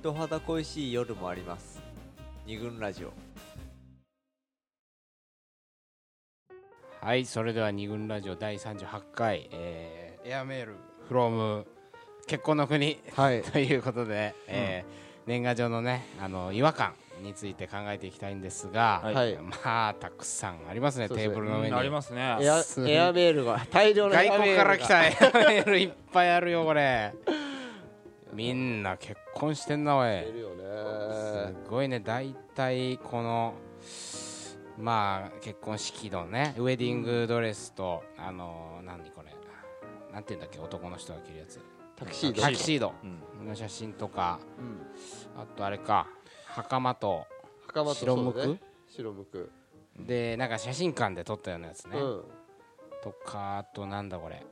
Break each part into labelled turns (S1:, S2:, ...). S1: 人肌恋しい夜もあります二軍ラジオ
S2: はい、それでは二軍ラジオ第38回、えーエアメールフローム結婚の国
S3: はい
S2: ということで、えー年賀状のねあの違和感について考えていきたいんですが、
S3: はい
S2: まあたくさんありますね
S3: そうです
S2: テー
S3: ね
S2: ブルの上に
S4: ありますね
S3: エア
S2: すごい
S3: エアメールが大量のエ
S2: 外
S3: アメー
S2: 国
S3: ル
S2: から来
S3: が
S2: たエアメールいっぱいあるよこれみんな結婚してんなおい
S3: 出るよ
S2: す
S3: ね
S2: ごいね大体このまあ結婚式のねウェディングドレスと、あの何これなんていうんだっけ男の人が着るやつ
S3: タクシード
S2: タキシードの写真とか、あとあれか袴と
S3: 袴と
S2: 白む
S3: そう
S2: く
S3: ね、白むく
S2: でなんか写真館で撮ったようなやつね、
S3: うん
S2: とかあとなんだこれ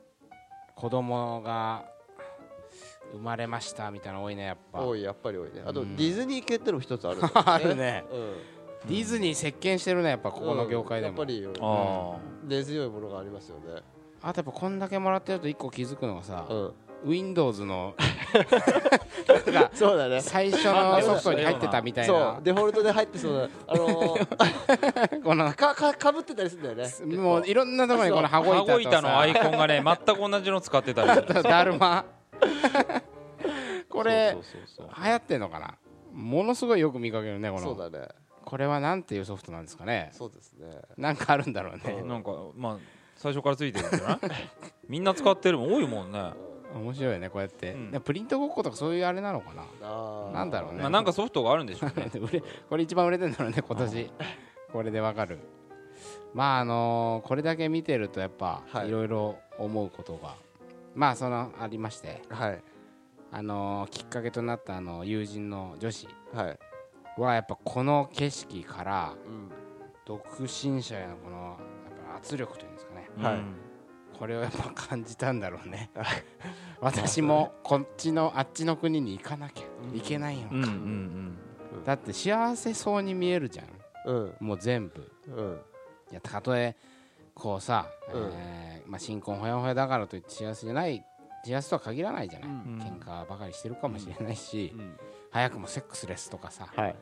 S2: 子供が生まれましたみたいなの多いねやっぱ
S3: 多いやっぱり多いねあと
S2: う
S3: デ
S2: ん
S3: ィズニー系ってのも一つあるんだよ
S2: あるね
S3: うん
S2: ディズニー席巻してるねやっぱここの業界で
S3: うん
S2: も、
S3: やっぱりよ
S4: あ
S3: 根強いものがありますよね
S2: あとやっぱこんだけもらってると一個気づくのがさ、
S3: うん
S2: Windows の
S3: そう だね
S2: 最初のソフトに入ってたみたい
S3: そ
S2: な
S3: うデフォルトで入ってそうなあの ー
S2: この
S3: かかかぶってたりするんだよね
S2: もういろんなところにこの
S4: あ
S2: 羽
S4: 羽
S2: 子
S4: 子
S2: 板と
S4: 板のアイ
S2: さ
S4: コンがね全く同じの使ってたりす る
S2: だる まこれ
S3: そうそうそう
S2: 流行ってんのかなものすごいよく見かけるねこ
S3: そう
S2: の
S3: そうだね
S2: これはなんていうソフトなんですかね
S3: そうですね
S2: なんかあるんだろうね
S4: なんかまあ最初からついてるんじゃないみんな使ってるもん多いもんね、
S2: 面白いねこうやって
S4: うん
S2: でプリントごっことかそういうあれなのかな
S3: あー
S2: なんだろうね
S4: まあ、なんかソフトがあるんでしょうね
S2: 売れ これ一番売れてるんだろうね今年これでわかるまああのーこれだけ見てるとやっぱ
S3: はい
S2: いろいろ思うことが、まあそのありまして
S3: はい
S2: あのーきっかけとなったあの友人の女子
S3: はい
S2: はやっぱこの景色から
S3: うん
S2: 独身者へのこのやっぱ圧力というんですかね
S3: はい
S4: うん
S2: これをやっぱ感じたんだろうね私もこっちのあっちの国に行かなきゃいけないよ、
S4: うんうんうん
S2: だって幸せそうに見えるじゃん
S3: うん
S2: もう全部
S3: うん
S2: いやたとえこうさ、
S3: うん
S2: えーまあ、新婚ほやほやだからといって幸せじゃない幸せとは限らないじゃない、
S4: ん
S2: 喧嘩ばかりしてるかもしれないし、
S3: ん
S2: 早くもセックスレスとかさ、
S3: はい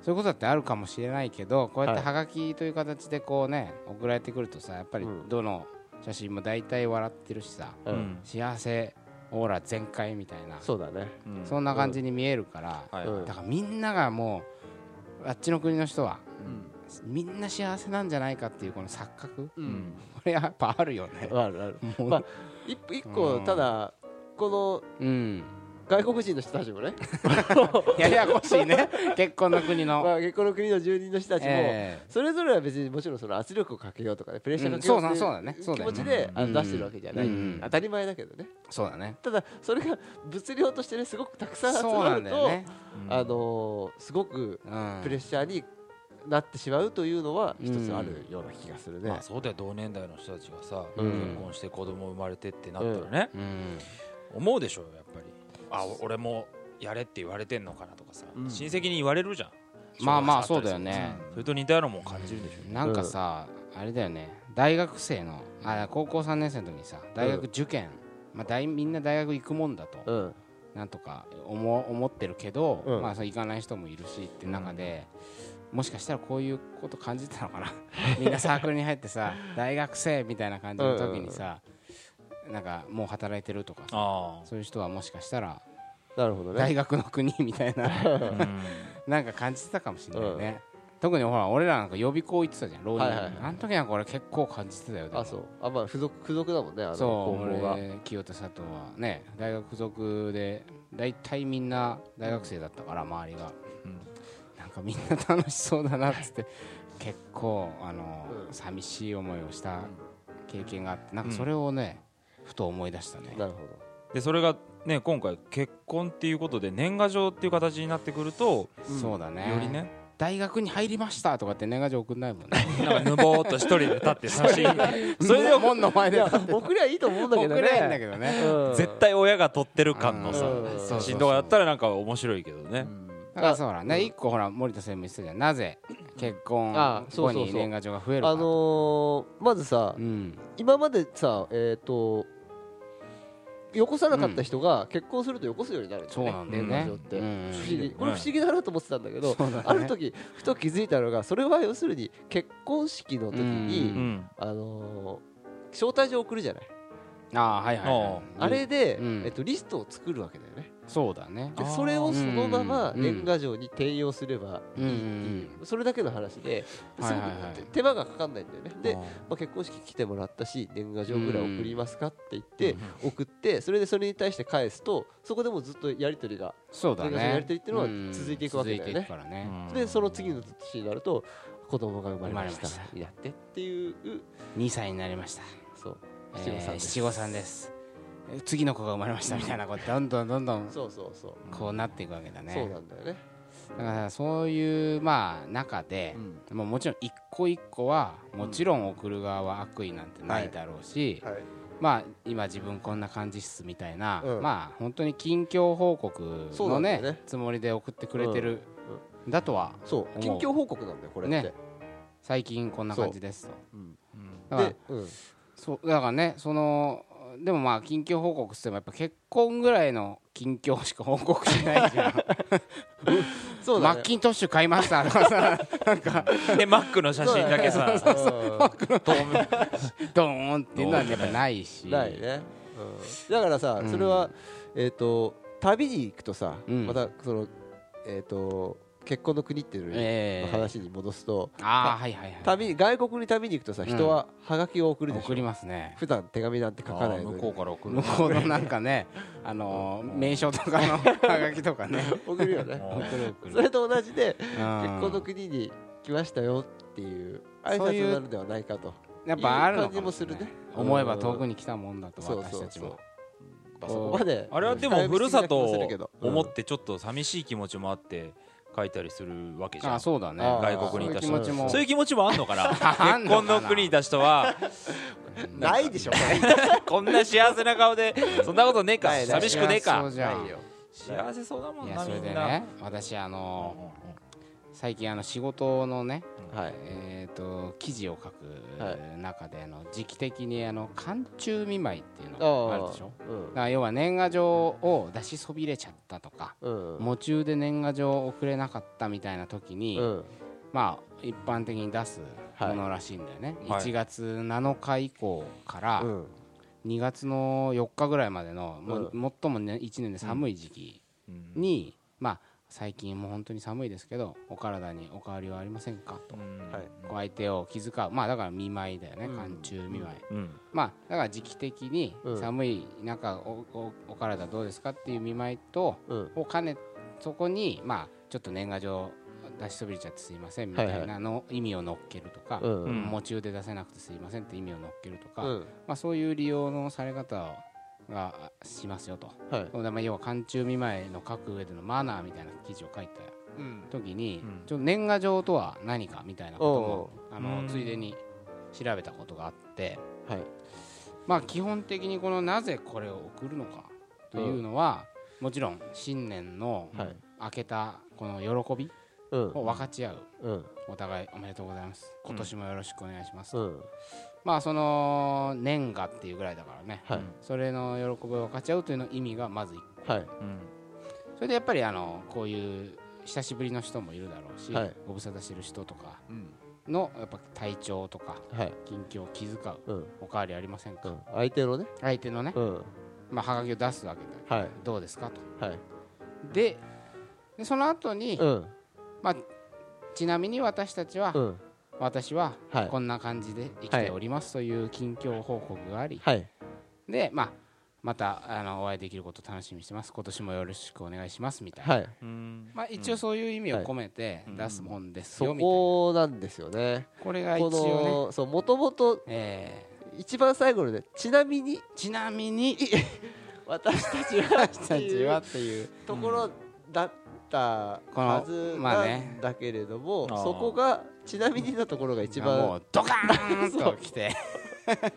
S2: そういうことだってあるかもしれないけどこうやって
S3: は
S2: はがきという形でこうね送られてくるとさやっぱり
S3: うん
S2: どの写真も大体笑ってるしさ、
S3: う
S4: うんん
S2: 幸せオーラ全開みたいなそ
S3: そうだね
S4: うん
S2: んな感じに見えるから、
S4: はい
S3: うん
S2: だからみんながもうあっちの国の人は
S3: うん
S2: みんな幸せなんじゃないかっていうこの錯覚
S3: う
S4: うんん
S2: これやっぱあるよね。
S3: あるある
S2: もう
S3: まあ一一個
S2: うん
S3: ただこ
S2: うん、
S3: の外国人の人たちもね、
S2: ややこしいね結婚の国の、
S3: まあ、結婚の国の住人の人たちも、
S2: え
S3: それぞれは別にもちろんその圧力をかけようとかねプレッシャーかけよう
S2: うん
S3: って
S2: そうだそうだね
S3: いう
S2: そうだ
S3: 気
S2: よね
S3: 持ちであ
S2: うん
S3: 出してるわけじゃない、
S2: うん
S3: 当たり前だけどね
S2: ーそうだね
S3: ただそれが物量としてねすごくたくさん集
S2: そう
S3: ま
S2: な
S3: る
S2: んだ
S3: と、
S2: よね、
S3: あのーすごく
S2: うん、
S3: プレッシャーになってしまうというのは一つあるような気がするね、
S4: まあそうだよ同年代の人たちがさ、
S3: うん
S4: 結婚して子供生まれてってなったらね、
S2: うん
S4: 思うでしょうよやっぱりあお俺もやれって言われてんのかなとかさ、
S3: うん
S4: 親戚に言われるじゃん
S2: まあまあそうだよね
S4: それと似たようなもん感じるでしょうね、
S2: なんかさ、あれだよね大学生のあ高校3年生の時にさ大学受験、まあ、大みんな大学行くもんだと、
S3: うん
S2: なんとか思思ってるけど、
S3: うん
S2: まあ、そう行かない人もいるしって中で、もしかしたらこういうこと感じてたのか なみんなサークルに入ってさ大学生みたいな感じの時にさ、なんかもう働いてるとかさ
S4: あ
S2: そういう人はもしかしたら
S3: なるほど
S2: 大
S3: ね
S2: 学の国みたいな
S4: あ、うん
S2: なんか感じてたかもしれないね、特にほら俺らなんか予備校行ってたじゃん浪人、
S3: はいはいはい
S2: あの時なんか俺結構感じてたよでも
S3: あそうあまあ付属付属だもんねあの
S2: そ
S3: 高
S2: う
S3: 校が
S2: 俺清田佐藤はね大学附属で大体みんな大学生だったから周りが、
S4: うん
S2: なんかみんな楽しそうだなっつって結構あの、
S3: うん
S2: 寂しい思いをした経験があってなんかそれをね、ふと思い出したね
S3: なるほ
S4: でそれがね今回結婚っていうことで年賀状っていう形になってくると
S2: そうだね
S4: よりね
S2: 大学に入りましたとかって年賀状送んないもんね
S4: なんかぬぼーっと一人で立って写真 それで
S2: 門の前
S3: ど
S2: で
S3: いや
S2: 送
S3: 送りゃいいと思うんだけどね
S2: れないんだけどね
S3: うん
S4: 絶対親が撮ってる感のさ
S3: うんそうそう
S4: 写真とかだったらなんか面白いけどね
S2: だからそうだね一個ほら森田専務言ってたじゃんなぜ結婚
S3: あそう
S2: 後
S3: そうそう
S2: に年賀状が増えるか
S3: あのーまずさ
S2: うん
S3: 今までさえっ、とよこさなかった人が結婚するとよこすようになるんだ
S2: そうな
S3: よ
S2: んだ
S3: ね
S2: よ
S3: 年賀
S2: ね
S3: 状って
S2: う
S3: 不思
S2: ん
S3: 議これ不思議だなと思ってたんだけど
S2: そうだね
S3: ある時ふと気づいたのがそれは要するに結婚式の時
S2: う
S4: う
S3: に
S4: ん
S3: あのー招待状送るじゃない
S2: ああはいはいはい、
S3: あれで
S2: うん
S3: えっとリストを作るわけだよね
S2: そうだね
S3: で
S4: あー
S3: それをそのまま
S2: うん
S3: 年賀状に転用すればいいっていうそれだけの話で
S2: は
S3: す
S2: い
S3: ご
S2: はい
S3: く
S2: はい
S3: 手手間がかかんないんだよねで
S4: あー
S3: まあ、結婚式来てもらったし年賀状ぐらい送りますかって言って送ってそれでそれに対して返すとそこでもずっとやり取りが
S2: そうだ
S3: 年賀状
S2: ね
S3: やり取りっていうのは続いていくわけだよね
S2: 続いていくからね、
S3: でその次の年になると子供が生まれ
S2: 生ま
S3: まし
S2: れましたた
S3: になってっていう
S2: 2歳になりました
S3: そう
S2: 七
S3: 七五
S2: 五
S3: 三
S2: 三
S3: です
S2: ですえ次の子が生まれましたみたいなこうどんどんどんどん
S3: そうそうそう
S2: こうなっていくわけだね
S3: そうなんだよね
S2: だからそういうまあ中で、まあ、もちろん一個一個はもちろん送る側は悪意なんてないだろうし、
S3: はい
S2: まあ今自分こんな感じっすみたいな、
S3: うん
S2: まあ本当に近況報告
S3: そうな
S2: の
S3: んだ
S2: ね
S3: よね
S2: つもりで送ってくれてる、だとは
S3: そう近況報告なんだよこれって
S2: ね最近こんな感じですと
S3: うん
S2: だから
S3: でうん
S2: そうだからねそのでもまあ近況報告してもやっぱ結婚ぐらいの近況しか報告しないじゃ ん、
S3: そう
S2: マ
S3: だ
S2: ッ
S3: ね
S2: キントッシュ買いましたとかさ
S4: でマックの写真だけさ
S3: う
S4: 透明
S2: ドーンっていうのはやっぱないし
S3: んないねうんだからさそれはえっと旅に行くとさ
S2: うん
S3: またそのえっと結婚の国っていうのに
S2: え
S3: の
S2: え
S3: 話に戻すと、
S2: ああはいはいはい
S3: 旅外国に旅に行くとさ
S2: ん
S3: 人ははがきを送るでしょ、
S2: 送りますね
S3: 普段手紙なんて書かないの
S4: 向
S3: に
S4: こうから送る
S2: 向こうのなんかねあのー名称とかのハガキとかね
S3: 送るよね
S4: あー
S2: 送る送る
S3: それと同じで
S2: 結
S3: 結婚の国に来ましたよっていう挨
S2: そう
S3: 拶
S2: いう
S3: になるのではないかと
S2: やっぱあるの
S3: いい感じ
S2: か
S3: も
S2: も
S3: す
S2: しれ
S3: る
S2: ない
S3: ね
S2: 思えば
S3: うん
S2: 遠くに来たもんだと
S3: そう
S2: 私
S3: そう
S2: たち
S3: そう
S2: も
S3: まあそこまで
S4: あれはでもふるさと
S3: うん
S4: を思
S3: う
S4: っ
S3: ん
S4: てちょっと寂しい気持ちもあって書いたりするわけじゃ
S2: あ
S4: ん
S2: そうだね
S3: あ
S4: ー外国にいた
S2: そういう気持ちも
S4: そういう気持ちもあんのか
S2: あ
S4: なん結
S2: のかな
S4: 婚の国にいた人は
S3: ないでしょ
S4: こんな幸せな顔でそんなことねえか
S3: ないない
S4: 寂しくねえ
S2: そう
S4: か
S2: じゃん
S4: 幸せそうだもん
S2: いや
S4: な
S2: そ
S4: み
S2: れで
S4: んな
S2: ね私あのー最近あの仕事のね
S3: はい
S2: えーと記事を書
S3: は
S2: く中であの時期的にあの寒中見舞いっていう
S3: あ
S2: のがあ
S3: ー
S2: るでしょ
S3: う
S2: だから要は年賀状を出しそびれちゃったとか
S3: んうん
S2: 夢中で年賀状を送れなかったみたいな時に、
S3: うん
S2: まあ一般的に出すものらしいんだよね、
S4: はい
S2: 1月7日以降から
S3: うん
S2: 2月の4日ぐらいまでの、もう最も、ね、1年で寒い時期に、まあ最近もう本当に寒いですけどお体にお変わりはありませんかと、
S4: うん
S3: はい
S2: お相手を気遣うまあだから見舞いだよね
S3: うん
S2: 寒中見舞い、
S4: うん
S2: まあだから時期的に
S3: うん
S2: 寒い中おおお体どうですかっていう見舞いと、
S3: うん
S2: を兼ねそこにまあちょっと年賀状出しそびれちゃってすいませんみた
S3: はい
S2: い
S3: は
S2: なの意味を乗っけるとか、
S3: うん
S4: うん
S2: 夢中で出せなくてすいませんって意味を乗っけるとか、
S3: うん
S2: まあ、そういう利用のされ方がしますよと、
S3: はい
S2: だからまあ要は寒中見舞いの書く上でのマナーみたいな記事を書いた
S3: うん
S2: 時に、
S4: うん
S2: ちょっと年賀状とは何かみたいなこともあ
S4: うん
S2: のついでに調べたことがあって、
S3: はい
S2: まあ、基本的にこのなぜこれを送るのかというのは、もちろん新年の
S3: はい
S2: 明けたこの喜び
S3: うん
S2: を分かち合う
S3: うん
S2: お互いおめでとうございます今年もよろしくお願いします、
S3: うん
S2: まあその年賀っていうぐらいだからね
S3: はい
S2: それの喜びを分かち合うというの意味がまず一
S3: はい
S4: うん
S2: それでやっぱりあのこういう久しぶりの人もいるだろうし、
S3: はい
S2: ご無沙汰してる人とかのやっぱ体調とか
S3: はい
S2: 近況を気遣う
S3: うん
S2: おかわりありません
S3: う
S2: か、
S3: ん相手のね
S2: 相手のね、
S3: うん
S2: まあ、はがきを出すわけで
S3: はい
S2: どうですかと
S3: はい
S2: ででその後に、
S3: うん
S2: ちなみに私たちは、
S3: うん
S2: 私は
S3: はい
S2: こんな感じで生きておりますという近況報告があり、
S3: はい
S2: で、まあ、またあのお会いできることを楽しみにしてます今年もよろしくお願いしますみたいな、
S3: はい
S4: うん
S2: まあ、一応そういう意味を込めて
S4: はい
S2: 出すもんですよ
S3: そ
S2: みたいな、
S3: こなんですよね
S2: これが一
S3: こ
S2: 応ね、
S3: のそうもともと
S2: え
S3: 一番最後のねちなみに
S2: ーちなみに
S3: 私たちは
S2: 私
S3: って
S2: たち
S3: い
S2: はっ
S3: う
S2: ていう
S3: ところだったはずなんだけれども、
S4: まあね
S3: そこがちなみにのところが一
S2: も
S3: 番
S2: うドカー ンと来て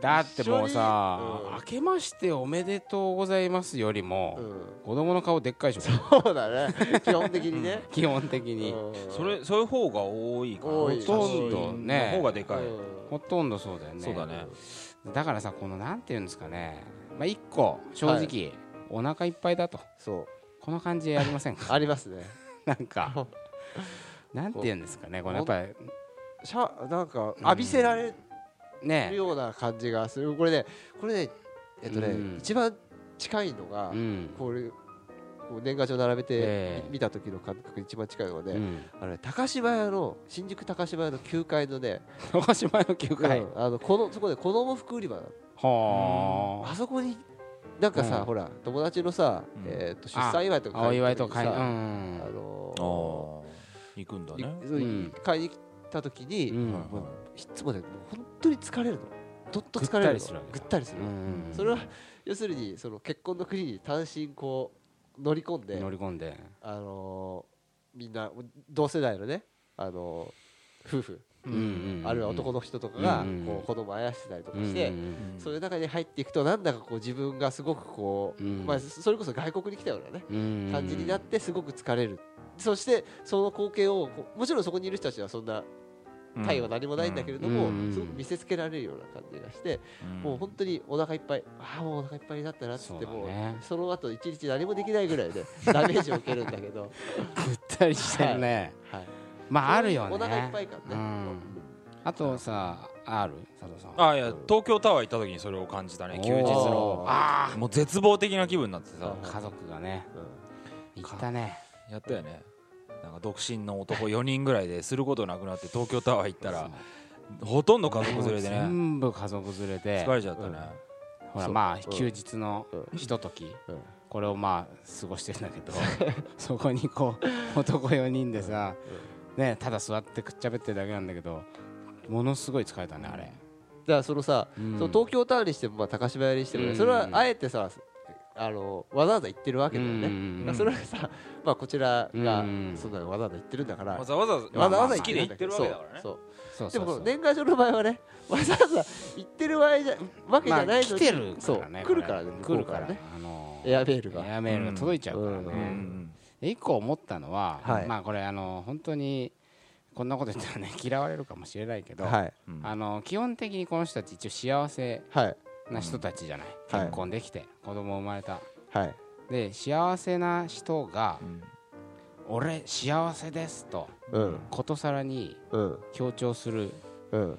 S2: だってもうさ
S3: 一緒
S2: 「
S3: にうん
S2: 明けましておめでとうございます」よりも、
S3: うん
S2: 子供の顔でっかいでしょ
S3: そうだね基本的にね、
S2: 基本的に、
S3: うん
S4: それそういう方が多いかな
S3: 多い
S2: ほとんどね
S4: 写真の方がでかい
S3: うん
S2: ほとんどそうだよね
S4: そうだね
S2: だからさこのなんていうんですかね、まあ、一個正直、お腹いっぱいだと
S3: そう
S2: この感じやりませんか
S3: ありますね
S2: なん かなんていうんですかねこのやっぱり
S3: しゃなんか浴びせられ
S2: ね
S3: るような感じがするこれねこれねえっとね、
S2: うん
S3: 一番近いのが、
S2: うん
S3: これこう年賀状並べて、
S2: ええ
S3: 見た時の感覚に一番近いのはね、
S2: うん
S3: あのね高島屋の新宿高島屋の9階のね、
S2: 鹿島の9回、
S3: うんあのこのそこで子供服売り場なの
S2: は
S3: あそこになんかさ、
S2: うん
S3: ほら友達のさ、
S4: うん
S3: えー、と出産祝いとか
S2: あお祝いとか
S3: 買
S2: い、うん
S3: にさあの
S4: あ
S3: ー
S4: ー行くんだ
S3: い
S4: ね
S3: そう
S2: うん
S3: 買いに来た時に、
S2: うん
S4: はいはい
S3: いつもねもう本当に疲れるのどっと疲れる
S2: ぐった
S3: の
S2: りするわけだ
S3: ぐったりするの、
S2: うん
S3: それは要するにその結婚の国に単身こう乗り込んで
S2: 乗り込んで
S3: あのーみんな同世代のね、あのー夫婦、
S2: うんうんうん
S3: あるいは男の人とかが
S2: うんうん
S3: こう子供をあやしてたりとかして、
S2: うん
S4: うん
S3: そういう中に入っていくとなんだかこう自分がすごくこう、
S2: うん
S3: まあ、それこそ外国に来たようなね
S2: うん
S3: 感じになってすごく疲れる。そしてその光景をこうもちろんそこにいる人たちはそんな
S4: うん
S3: 体は何もないんだけれども、
S2: うん
S3: すごく見せつけられるような感じがして、
S4: うん
S3: もう本当にお腹いっぱいああもうお腹いっぱいになったなっつ
S2: そ
S3: っ
S2: う
S3: て
S2: だ
S3: もう
S2: ね
S3: その後一日何もできないぐらいでダメージを受けるんだ けど、
S2: ぐったりしてるね、
S3: はい、
S2: まああるよね
S3: お腹いっぱい感ね、
S2: うんあとさある佐藤さん
S4: あいや東京タワー行った時にそれを感じたね休日の
S2: おーあ
S4: もう絶望的な気分になってさ
S3: あ
S2: ー家族がね
S3: うん
S2: 行ったね
S4: やったよねなんか独身の男4人ぐらいですることなくなって東京タワー行ったらほとんど家族連れでね
S2: 全部家族連れで
S4: 疲れちゃったね、
S2: ほら
S3: そう
S2: まあ
S3: うん
S2: 休日の
S3: うん
S2: ひととき
S3: うん
S2: これをまあ過ごしてるんだけ どそこにこう 男4人でさねただ座ってくっちゃべってるだけなんだけどものすごい疲れたねあれ
S3: だからそのさ、
S2: うん
S3: その東京タワーにしてもまあ高島屋にしてもね、
S2: うん
S3: それはあえてさあのわざわざ行ってるわけだよね、
S2: うん
S3: だからそれはさ、まあ、こちらが
S2: うん
S3: そんなのわざわざ行ってるんだから、
S4: わざわざ
S3: わざわざ
S4: 好きで行ってるわけだからね
S3: そうそう
S2: そう
S3: で
S2: そう
S3: もこ
S2: そ
S3: の
S2: う
S3: 年賀状の場合はね わざわざ行ってる場合じゃわけじ
S2: ま
S3: ゃ
S2: あ
S3: ないのに、
S2: 来てる
S3: そ
S2: か
S3: う
S2: らね
S3: 来るからね
S2: これ
S3: 向こ
S2: 来
S3: う
S2: るから
S3: ね
S2: あのー
S3: エアメールが
S2: エアメールが届いちゃうから
S3: うん
S4: うんう
S2: ね
S4: ん
S2: で一個思ったのは、
S3: はい
S2: まあこれあの本当にこんなこと言ったらね嫌われるかもしれないけど、
S3: はい
S4: うん
S2: あの基本的にこの人たち一応幸せ
S3: はい
S2: な人たちじゃない、
S3: はい
S2: 結婚できて子供生まれた
S3: はい
S2: で幸せな人が
S4: うん
S2: 「俺幸せです」と
S3: うん
S2: ことさらに
S3: うん
S2: 強調する
S3: うん
S2: っ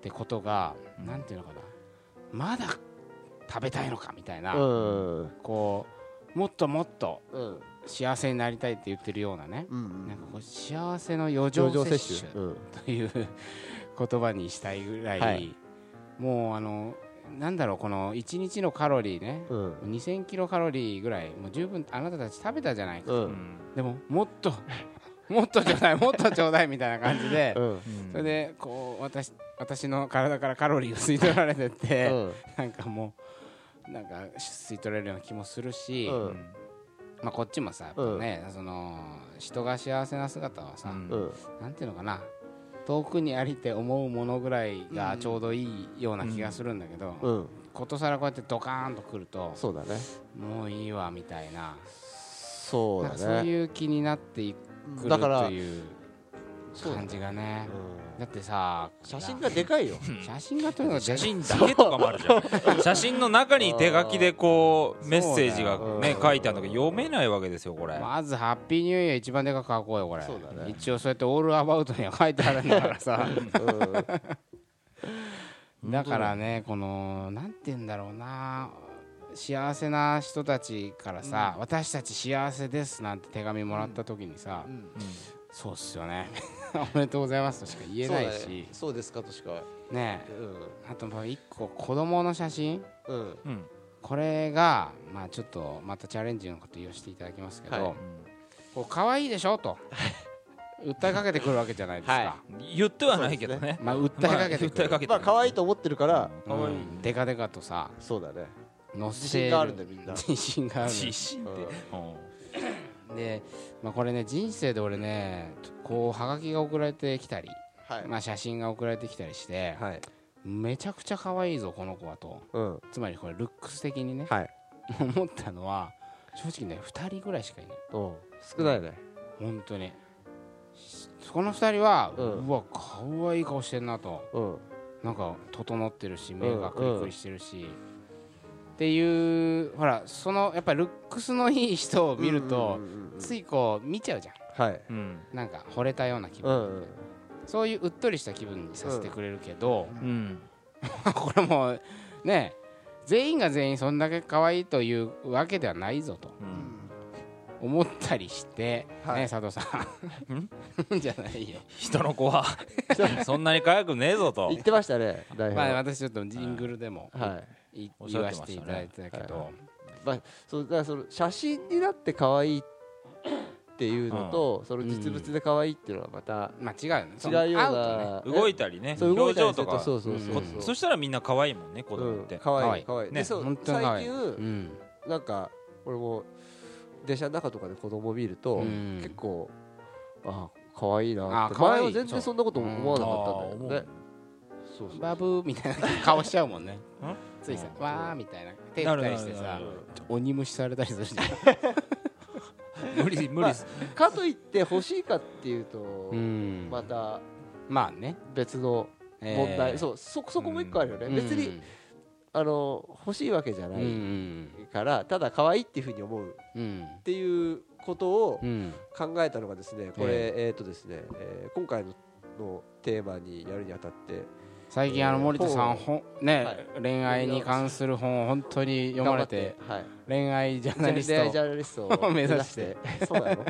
S2: てことがなんていうのかなまだ食べたいのかみたいな、
S3: うん
S2: こうもっともっと
S3: うん
S2: 幸せになりたいって言ってるようなね、
S3: うん
S2: なんかこう幸せの余
S3: 上
S2: 剰
S3: 場接
S2: 摂
S3: 種
S2: 取
S3: うん
S2: という言葉にしたいぐらい、
S3: はい
S2: もうあのなんだろうこの1日のカロリーね、
S3: うん
S2: 2000キロカロリーぐらいもう十分あなたたち食べたじゃないか、
S3: う
S4: うんん
S2: でももっと もっとちょう だいもっとちょうだいみたいな感じで、
S3: うん
S2: それでこう私私の体からカロリーを吸い取られてって、
S3: うん
S2: なんかもうなんか吸い取られるような気もするし、
S3: うん
S4: うん
S2: まあ、こっちもさやっぱね、その人が幸せな姿はさ、
S4: うん
S3: うん
S2: なんていうのかな遠くにありて思うものぐらいがちょうどいいような気がするんだけど、
S3: うん
S2: ことさらこうやってドカーンとくると
S3: そうだね
S2: もういいわみたいな
S3: そう
S2: なんかそう
S3: だね
S2: いう気になっていく
S3: だから
S2: という
S3: そうだ
S2: 感
S3: ね
S2: じがね
S3: うん
S2: だってさ
S3: 写真がでかいよ
S2: 写真がというのが
S4: 写
S2: で
S4: 真だけとかもあるじゃん写真の中に手書きでこうメッセージが
S3: そうだ
S4: ね
S3: よ
S4: 書いてあるんだけど読めないわけですよこれ
S2: まず「ハッピーニューイヤー」一番でかく書こうよこれ
S3: そうだね
S2: 一応そうやってオールアバウトには書いてあるんだから さ
S3: う
S2: だからねこのなんて言うんだろうな幸せな人たちからさ、私たち幸せです」なんて手紙もらった時にさ「
S3: んうん
S2: そうっすよね おめでとうございます」としか言えない
S3: そうだね
S2: し
S3: そうですかとしか
S2: ね
S3: う
S2: えあとまあ一個子供の写真
S3: んうん
S4: うん
S2: これが、まあ、ちょっとまたチャレンジのこと言わせていただきますけど、
S3: はい
S2: こう可愛いでしょと訴えかけてくるわけじゃないですか、
S3: は
S4: 言ってはないけどね
S2: まあ、訴えかけてく
S4: まあ訴え
S2: る、
S4: かけてくる
S3: まあ可愛いと思ってるから
S2: うんデカデカとさ
S3: そうだね
S2: 載せ
S3: 自信
S2: る
S3: があるんだよみんな
S2: 自信がある
S4: 自信ってうん
S2: で、まあ、これね人生で俺ねこうはがきが送られてきたり、
S3: はい
S2: まあ、写真が送られてきたりして、
S3: はい
S2: めちゃくちゃ可愛いぞこの子はと
S3: うん
S2: つまりこれルックス的にね
S3: はい
S2: 思ったのは正直ね2人ぐらいしかいない
S3: うん少ないね
S2: 本当にしこの2人は、
S3: う
S2: うんわ可愛い顔してんなと
S3: うん
S2: なんか整ってるし
S3: ん
S2: 目がクリクリしてるし、っていうほらそのやっぱルックスのいい人を見ると、
S3: うんうんうんうん
S2: ついこう見ちゃうじゃ
S3: はい
S4: うん
S2: んなんか惚れたような気
S3: う
S2: 分、
S3: んうん
S2: そういううっとりした気分にさせてくれるけ ど、
S4: うん、
S2: これもうね全員が全員そんだけ可愛いというわけではないぞと
S4: うん、
S2: 思ったりして、
S3: はい
S2: ね佐藤さん じゃないよ
S4: 人の 子はそんなに可愛くねえぞと
S3: 言ってましたね代
S2: まあ
S3: 表
S2: 私ちょっとジングルでも
S3: はい
S2: い
S4: おっし
S2: 言
S4: ゃ
S2: わ
S4: って
S2: せ
S4: ま
S2: て
S4: し
S2: い
S4: たね
S2: ただいてたけ
S3: は
S2: ど、
S3: そうだからその写真になって可愛いっていうのと、その実物で可愛いっていうのはまた
S2: まあ違うよねその
S3: 違うよう
S2: 会とね
S3: な、
S4: 動いたりね
S3: そう動
S4: 表
S3: いたり
S4: 情
S3: する
S4: と
S3: と
S4: か
S3: そうそうそう
S2: うん
S3: そう
S4: そしたらみんな可愛いもんね子
S3: う
S4: 供っ
S3: ん
S4: て、
S3: 可愛い
S2: 可
S3: 可愛い
S4: ね
S3: でそう
S2: 本当に可
S3: 最
S2: 愛い
S3: 近
S2: うん
S3: なんか俺も電車の中とかで子供見ると、
S2: うん
S3: 結構あ可愛いなって
S2: あ可愛い
S3: 前は全然そんなことも思わなかったんだよね、そうそう
S2: バブーみたいな顔しちゃうもん ねついさ
S4: う、ん
S2: わーみたいな手振ったりして
S4: な
S2: さ
S4: るなる
S2: 鬼虫されたりするじゃん
S4: 無理無理す、
S3: かといって欲しいかっていうと、
S2: うん
S3: また
S2: まあね
S3: 別の問題、
S2: う
S3: そうそそこも一個あるよね、別に
S2: ん
S3: あの欲しいわけじゃな
S2: うん
S3: いから、ただ可愛いっていうふうに思うっ
S2: うん
S3: ていうことを
S2: うん
S3: 考えたのがですねこれ、えっ、とですね、えー今回ののテーマにやるにあたって
S2: 最近あの森田さ
S3: 本
S2: ん
S3: を
S2: 本ね、
S3: はい
S2: 恋愛に関する本を本当に読まれて
S3: 頑張ってはい
S2: 恋愛ジャーナリ
S3: 恋愛
S2: ス
S3: ジ
S2: ト
S3: ャーナリスト を
S2: 目指して
S3: 目指して そうなの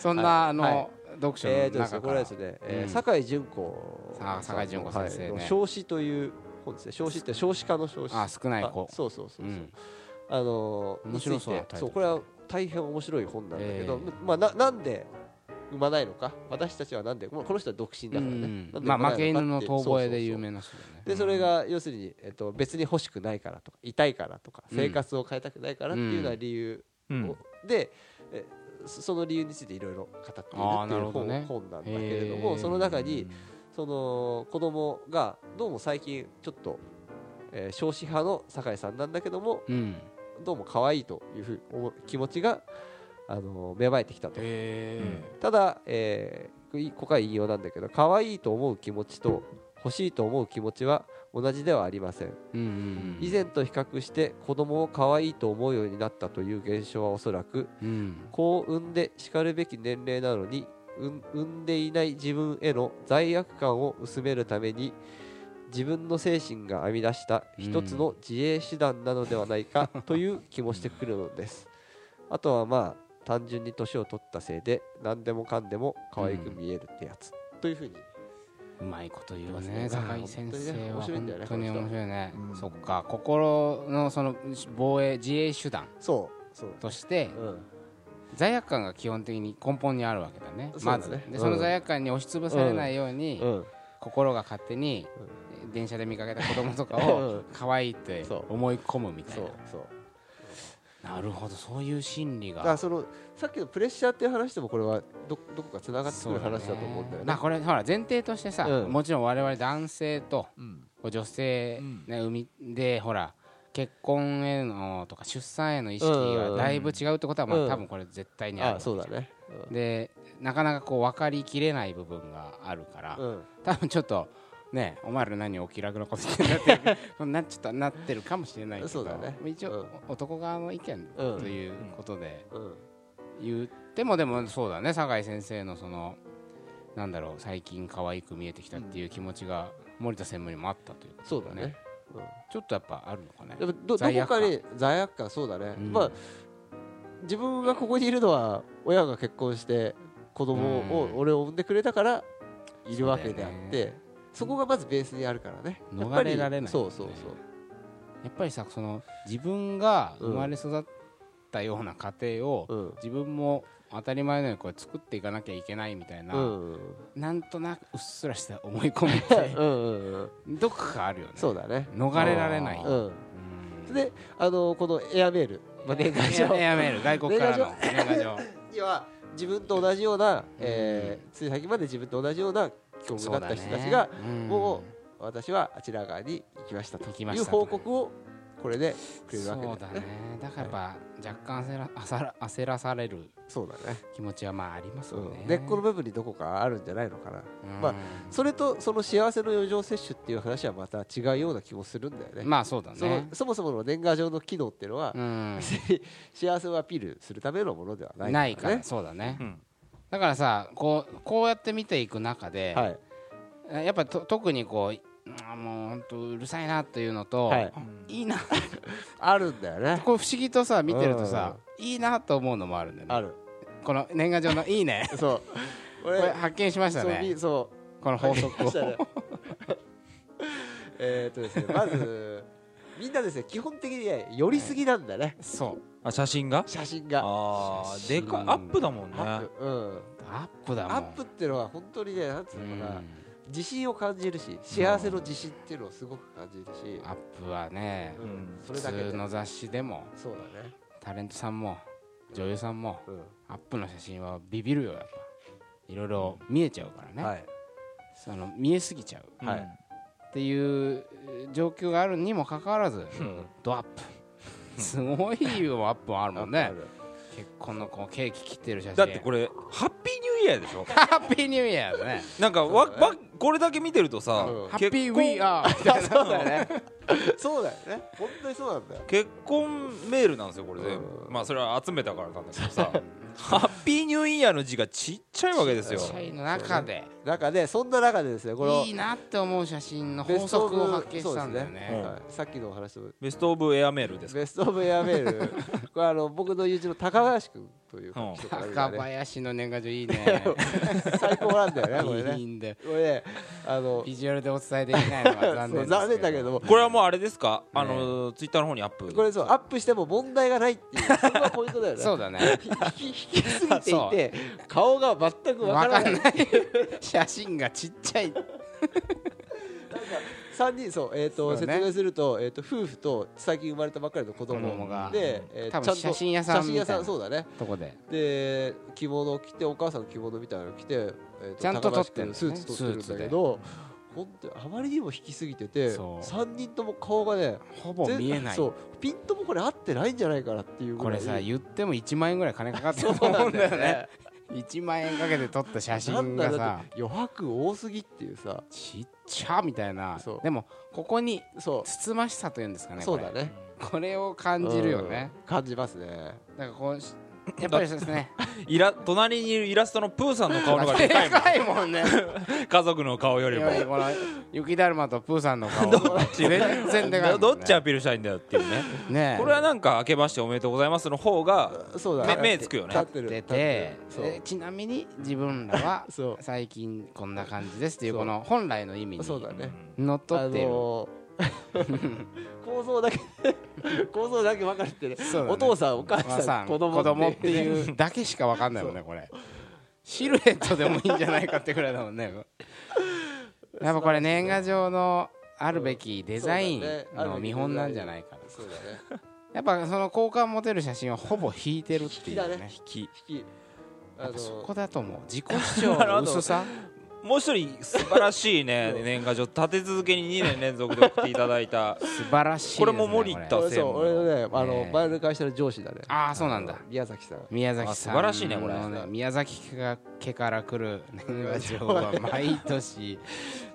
S2: そんな、
S3: はい
S2: あの、
S3: はい
S2: 読書
S3: え
S2: の
S3: ーとですね
S2: 中
S3: こ
S2: か
S3: れは
S2: ら、
S3: ですね、え
S2: うん
S3: ー、酒井純子
S2: あ酒井純子先生ね
S3: はいの少子という本ですね少子って少子化の少子
S2: あ少ない子
S3: あそうそうそうそう、
S2: うん
S3: あのー
S2: 面白そうな
S3: につい
S2: タ
S3: て
S2: イトル
S3: そうこれは大変面白い本なんだけど、
S2: え
S3: まあななんで産まないのか私たちはなんで、まあ、この人は独身だからね、
S2: う
S3: なん
S2: ん
S3: で
S2: ま
S3: 産
S2: あ
S3: ない
S2: 負け犬の遠
S3: かっ
S2: 吠
S3: て
S2: えで
S3: そうそうそう
S2: 有名な人だよね
S3: でそれが要するに、えっと、別に欲しくないからとか痛いからとか
S2: うん
S3: 生活を変えたくないからっていうような理由
S4: うん
S3: を、でえそその理由についていろいろ語っているっていう
S2: あーなるほど
S3: 本,、
S2: ね
S3: 本なんだけれどもその中にその子供がどうも最近ちょっと、えー少子派の酒井さんなんだけども
S2: うん
S3: どうも可愛いというふう思う気持ちが、あのー芽生えてきたと
S2: へ
S3: ただ、えーいここは引用なんだけど可愛いと思う気持ちと欲しいと思う気持ちは同じではありません
S2: うんうん
S3: 以前と比較して子供を可愛いと思うようになったという現象はおそらく
S2: うん
S3: 子を産んでしかるべき年齢なのに産産んでいない自分への罪悪感を薄めるために自分の精神が編み出した一つの自衛手段なのではないかという気もしてくるのですあとはまあ単純に年を取ったせいで何でもかんでも可愛く見えるってやつ、というふうに
S2: うまいこと言う
S3: う
S2: ね
S3: ん
S2: 坂井先生は
S3: 本当にね面白いんだ
S2: 本
S3: よね
S2: 当に
S3: この人
S2: 面白いね
S3: うん
S2: そっか心のその防衛自衛手段
S3: そうそう、
S2: として
S3: うん、
S2: 罪悪感が基本的に根本にあるわけだね
S3: そうだ
S2: ま
S3: ね
S2: ず
S3: う
S2: で
S3: ん
S2: その罪悪感に押しつぶされないように
S3: うん、
S2: 心が勝手に電車で見かけた子供とかを
S3: うん
S2: 可愛いって
S3: そう
S2: 思い込むみたい
S3: そうそう
S2: ななるほどそういう心理
S3: だから
S2: が
S3: そのさっきのプレッシャーっていう話でもこれはどどこかつながってく
S2: そう
S3: る
S2: だね
S3: 話だと思うんだよね
S2: まあこれほら前提としてさ
S3: うん
S2: もちろん我々男性と
S3: うん
S2: こう女性
S4: うん
S2: ね海でほら結婚へのとか出産への意識がだいぶ違うってことはま
S3: う
S2: あ
S3: ん
S2: 多分これ絶対にあ
S3: あ
S2: る
S3: そうだね
S2: でなかなかこう分かりきれない部分があるから
S3: うん、うん
S2: 多分ちょっとねお前ら何お気楽なこと言ってん だってなっちょっとなってるかもしれないけど
S3: そうだね
S2: 一応、男側の意見
S3: うん
S2: ということで
S3: うん
S2: 言ってもでもそうだね酒井先生のそのなんだろう最近可愛く見えてきたっていう気持ちが森田専務にもあったということ
S3: そうだね。
S2: ちょっとやっぱあるのかね
S3: うん、でもどど
S2: 罪
S3: こ
S2: 悪感
S3: かに罪悪感そうだね、
S2: うん
S3: まあ自分がここにいるのは親が結婚して子供を、
S2: うん
S3: 俺を産んでくれたからいるわけであ
S2: そう
S3: っ
S2: だよ
S3: てそ,、こがまずベースにあるからねやっ
S2: 逃
S3: ぱり
S2: れられない
S3: そうそう
S2: やっぱりさその自分が生まれ育ったような家庭を、
S3: そううん
S2: 自分も当たり前のようにこれ作っていかなきゃいけないみたいな、
S3: うん
S2: なんとなくうっすらした思い込み って
S3: うんうんうん
S2: どこかあるよね
S3: そうだね
S2: 逃れられない
S3: うん
S2: うん
S3: であのこのエアメール、まあ、年賀状
S2: エアメール外国からの年賀 状
S3: には自分と同じような、えーつい先まで自分と同じような境遇だった人た
S2: そう
S3: ちが、
S2: だねうん
S3: もう私はあちら側に行きましたと
S2: 行きま
S3: い
S2: し
S3: う
S2: たと
S3: 報告をこれでくれる
S2: そ
S3: わけ
S2: うだねだからやっぱ、若干焦ら焦ら焦らされる
S3: そうだね
S2: 気持ちはまああります
S3: う
S2: よ
S3: ん
S2: ね、
S3: 根っこの部分にどこかあるんじゃないのかなまあ
S2: うん
S3: それとその幸せの余剰摂取っていう話はまた違うような気もするんだよね,、
S2: まあそうだね
S3: そのそもそもの年賀状の機能っていうのは、
S2: うん、
S3: 幸せをアピールするためのものではない
S2: ない
S3: か
S2: からら、
S3: ね
S2: そうだね、
S4: うん
S2: だからさこうこうやって見ていく中で、
S3: はい
S2: やっぱと特にこうあーもう本当うるさいなっていうのと、
S3: はい
S2: い、いな
S3: あるんだよね
S2: こう不思議とさ見てるとさ、いいなと思うのもあるんだよね
S3: ある
S2: この年賀状の「いいね
S3: そう」
S2: こ
S3: 俺
S2: れ発見しました
S3: そうみ
S2: ね
S3: そう
S2: この法則を、
S3: えーっとですねまずみんなですね基本的にね寄りすぎなんだね
S2: そう
S4: あ写真が
S3: 写真が
S4: ああ
S2: 写
S4: で
S2: 真
S4: かいアップだもんね
S3: アップうん
S2: アップだもん
S3: アップってのは本当にねなんつうのか
S2: う
S3: なん自信を感じるし幸せの自信っていうのをすごく感じるし
S2: アップはね、
S3: う
S4: うん
S3: んそ
S2: 普
S3: れだけ
S2: 通
S3: で
S2: の雑誌でも
S3: そうだね
S2: タレントさんも女優さんも
S3: う
S2: アップの写真はビビるよやっぱいろいろ見えちゃうからね、
S3: んはい
S2: その見えすぎちゃう
S4: うん
S3: はい
S2: っていう状況があるにもかかわらず、ドアップすごいアップもあるもん
S3: あ
S2: ね
S3: る
S2: 結婚のこうケーキ切ってる写真
S4: だってこれハッピーニューイヤーでしょ
S2: ハッピーニューイヤーだね
S4: なんかわわこれだけ見てるとさ
S3: うん
S2: ハッ
S4: 結
S2: ピーウ
S4: 婚
S2: ィーアーみたいな
S3: そうだねそうだよね本当にそうなんだよ
S4: 結婚メールなんですよこれで
S3: うん
S4: まあそれは集めたからなんだけどさハッピーニューイヤーの字がちっちゃいわけですよ
S2: 社員の中で
S3: 中でそんな中でですねこの
S2: いいなって思う写真の
S3: ベ
S2: 法
S3: ストオブ
S2: 則を発見したんだよ
S3: そう
S2: ね
S3: です
S4: うん
S3: はいさっきのお話と
S4: ベストオブエアメールですか
S3: ベスト・オブ・エアメールこれあの僕の友人の高林君という人から見た
S2: 高
S3: ね
S2: 林の年賀状いいね
S3: 最高なんだよ ねこれ
S2: いい
S3: ね
S2: んだよ
S3: これねあの
S2: ビジュアルでお伝えできないのは残
S3: そ
S2: 念
S3: う残念だけども
S4: これはもうあれですかあのツイッターの方にアップ
S3: これそうアップしても問題がないっていうそこがポイントだよね
S2: そうだね
S3: 引き引きすぎていて顔が全くわからない
S2: わかんない写真がちっちゃい
S3: 三人そうえっと
S2: そう
S3: 説
S2: ね
S3: 明するとえっと夫婦と最近生まれたばっかりの子
S2: 子供
S3: 供
S2: が
S3: でえー
S2: 多分
S3: ちゃんと
S2: 写真屋さん
S3: 写真屋さ
S2: みたいなん
S3: そうだね
S2: とこで
S3: で着物を着てお母さんの着物みたいなの着て、えー
S2: ちゃんと撮ってるん
S3: 高
S2: です
S3: 橋君
S2: ね
S3: スーツ撮ってるんだけど本当にあまりにも引きすぎてて
S2: そう
S3: 3人とも顔がね
S2: ほぼ
S3: 全
S2: 見えない
S3: そうピントもこれ合ってないんじゃないかなっていうぐ
S2: こ
S3: ら
S2: れ
S3: い
S2: さ言っても1万円ぐらい金かかって
S3: そ
S2: ると
S3: う
S2: 思
S3: な
S2: うんんだ
S3: だ
S2: よ
S3: よ
S2: ね
S3: ね
S2: 1万円かけて撮った写
S3: なん
S2: 真
S3: だ
S2: が
S3: よ
S2: さ
S3: だって余白多すぎっていうさ
S2: ちっちゃみたいな
S3: そう
S2: でもここに
S3: そ
S2: つつましさというんですか
S3: う
S2: ね
S3: そう
S2: これ
S3: だね
S2: これを感じるよね
S3: うん感じますね
S2: だからこうしやっぱりそうですね
S4: イラ隣にいるイラストのプーさんの顔 の方がでかいも
S2: かいもんね
S4: ん家族の顔よりも
S2: よりこの雪だるまとプーさんの 顔全然でかいもんね
S4: どっちアピールしたいんだよっていうね
S2: ねえ
S4: これはなんか明けましておめでとうございますの方が
S3: そうだ
S4: 目
S3: ね
S4: 目つくよね
S3: 立ってる
S2: 出
S3: 立って
S2: て
S3: るそう
S2: でちなみに自分らは
S3: そう
S2: 最近こんな感じですっていう
S3: そう
S2: この本来の意味に
S3: そうだね
S2: のっとっている、
S3: あのー 構造だけ構造だけ分かれてる
S2: そうだね
S3: お父さんお母
S2: お母
S3: さん子供
S2: 子供って
S3: うね
S2: いうだけしかわかんないもんねこれシルエットでもいいんじゃないかってくらいだもんね やっぱこれ年賀状のあるべきデザイン
S3: そうだねあるべ
S2: の
S3: き
S2: 見本なんじゃないかな
S3: そうだね
S2: やっぱその好感持てる写真はほぼ引いてるっていう
S3: 引きだね
S2: ね
S4: き
S3: 引きあ
S2: やっ
S3: の
S2: ぱそこだと思う自己主 張の薄さ
S4: もう一人素晴らしいね年賀状立て続けに2年連続で送っていただいた
S2: 素晴らしいですね
S4: これも森田
S3: 俺そう俺のねあの
S2: ねえ
S3: 前の会社の上司だね
S2: ああそうなんだ
S3: あの宮崎さん
S2: 宮崎さん
S4: あ素晴らしいねこれ
S2: の宮崎家から来る年賀状は毎年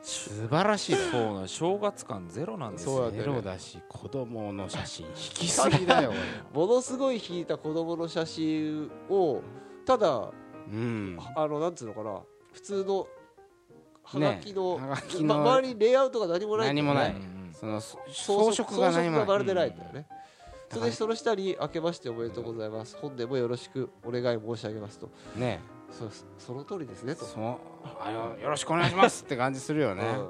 S2: 素晴らしい
S4: そうなの正月感ゼロなんです
S3: そう
S4: よ
S3: なんだ
S2: ゼ
S3: よね
S2: ロだし子供の写真引きすぎだよ、
S3: ものすごい引いた子供の写真をただ
S2: 俺うん、
S3: あのなんつうのかな普通のはがきの,、
S2: ねえはがきの
S3: ま周りにレイアウトが何もないんだよ
S2: 何も
S3: ね、
S2: ない
S4: うん
S2: その装
S3: 装
S2: 飾
S3: 飾
S2: がない
S3: 装飾がまるでない
S2: うんん
S3: だよね、
S2: うん
S3: それでその下に「明けましておめでとうございます、本年もよろしくお願い申し上げますと」
S2: ね
S3: そその通りですねと、
S2: そのあのよろしくお願いしますって感じするよ
S3: う
S2: ね、
S3: ん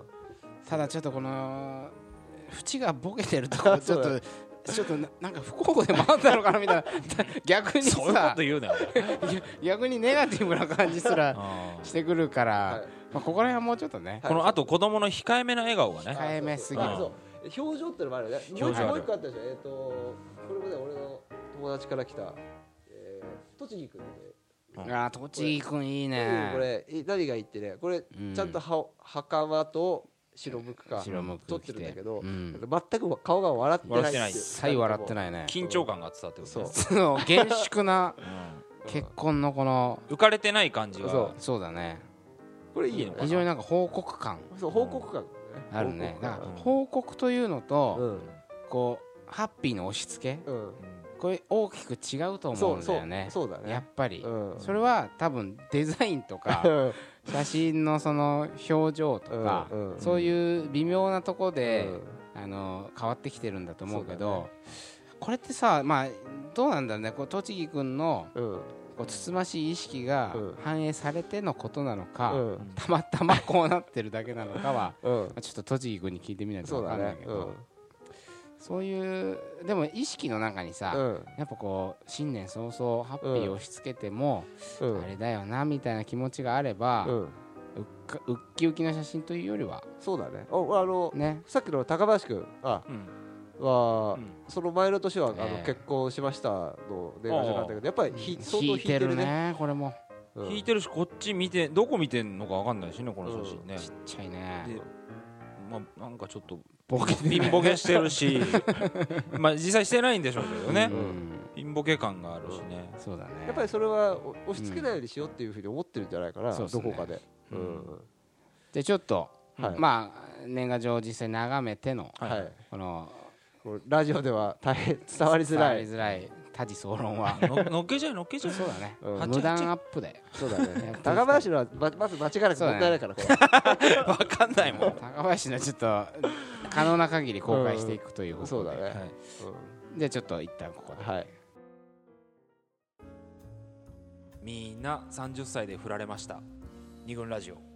S2: ただちょっとこの縁がボケてるとこちょっ
S3: そう
S2: とちょっとななんか不幸でもあったのかなみ たいな逆に
S4: そういうこ
S2: さ
S4: と言うなよ
S2: 逆にネガティブな感じすら
S4: あ
S2: し
S4: ー
S2: てくるから、
S3: はい
S2: まあ、ここら辺はもうちょっとね、
S4: このあと子供の控えめな笑顔がね
S2: 控えめすぎる
S3: あそう表情ってのもあるよねもう一
S4: 表情あ
S3: 個も
S4: る
S3: う一個あったでしょえっ、とこれもね俺の友達から来た、えー、栃木君で
S2: ああ栃木君いい
S3: うん
S2: ね
S3: これえ何がいいってねこれ
S2: うん
S3: ちゃんとは袴と白むくか
S2: 白無
S3: 撮っ
S2: 垢
S3: て
S2: 着
S3: るんだ
S2: て
S3: けど、
S2: うん
S3: なんか全く顔が笑ってない
S4: 笑ってない
S2: 一切笑って
S3: い
S2: ないね
S4: 緊張感が伝わってくる
S3: そう
S4: ね
S2: その厳粛 な
S3: うん
S2: 結婚のこの
S4: 浮かれてない感じが
S3: そ
S2: そうだね
S3: これいいのかな
S2: 非常になんか報告感
S3: そう報告感
S2: あるね
S3: 報告
S2: だ
S3: 感
S2: から報告というのと
S3: うん
S2: こうハッピーの押し付け
S3: うん
S2: これ大きく違うと思
S3: そ
S2: うん
S3: うそ
S2: だよ
S3: う
S2: ね
S3: そうだね
S2: やっぱり
S3: うん
S2: それは多分デザインとか写真のその表情とか
S3: うんうん
S2: そういう微妙なとこで
S3: うん
S2: あの変わってきてるんだと思うけ
S3: そうだ
S2: どこれってさまあどうなんだろうねこう栃木君の
S3: うん
S2: こうつつましい意識が
S3: うん
S2: 反映されてのことなの
S3: う
S2: か
S3: ん
S2: たまたまこうなってるだけなのかは
S3: うん
S2: ちょっと栃木君に聞いてみないと
S3: そう
S2: 分か
S3: だ
S2: んない
S3: ね
S2: け
S3: う
S2: ど
S3: ん
S2: そういうでも意識の中にさ
S3: うん
S2: やっぱこう新年早々ハッピーを押し付けても、
S3: うん
S2: あれだよなみたいな気持ちがあれば、
S3: う
S2: うんっかうっきうきな写真というよりは
S3: そうだねおあの
S2: ね
S3: さっきの高林君あ
S4: うん
S3: は
S4: うん
S3: その前の年はあ
S2: え
S3: の
S2: え
S3: 結婚しましたの年賀状だったけどやっぱりひ相当
S2: 引
S3: 引
S2: い
S3: い
S2: て
S3: て
S2: る
S3: る
S2: ね
S3: ね
S2: これも
S3: うん
S4: 引いてるしこっち見てどこ見てんのかわかんないしねこの写真ね
S2: ちっちゃいね
S4: でまあなんかちょっと
S2: ボケて
S4: 貧ボケしてるしまあ実際してないんでしょうけどね
S2: うん
S4: 貧ボケ感があるしね
S2: そうだね
S3: やっぱりそれはお押し付けないようにしようっていうふうに思ってるんじゃないかな、
S2: うんそうっす
S3: ど
S2: ね
S3: こかで。う
S4: うんん
S2: でちょっと、
S3: はい
S2: まあ年賀状を実際眺めての
S4: はい
S3: はい、
S2: この
S3: これラジオでは大変伝わりづ
S2: 伝わ
S3: ら
S2: り
S3: い。
S2: づらい多事総論は
S4: ののっけちゃえのっけちゃえ
S2: そうだね
S3: うん
S2: 無断アップで
S3: そうだね
S2: やっ。ぱり
S3: 高林のはままず間違いなく問題ないから、これ
S4: わかんないもん
S2: 高林のはちょっと可能な限り公開していくということで、
S3: そうだね。
S4: はい
S2: じゃあちょっと一旦ここ
S3: う
S2: で
S3: んはい。
S4: みんな30歳で振られました二軍ラジオ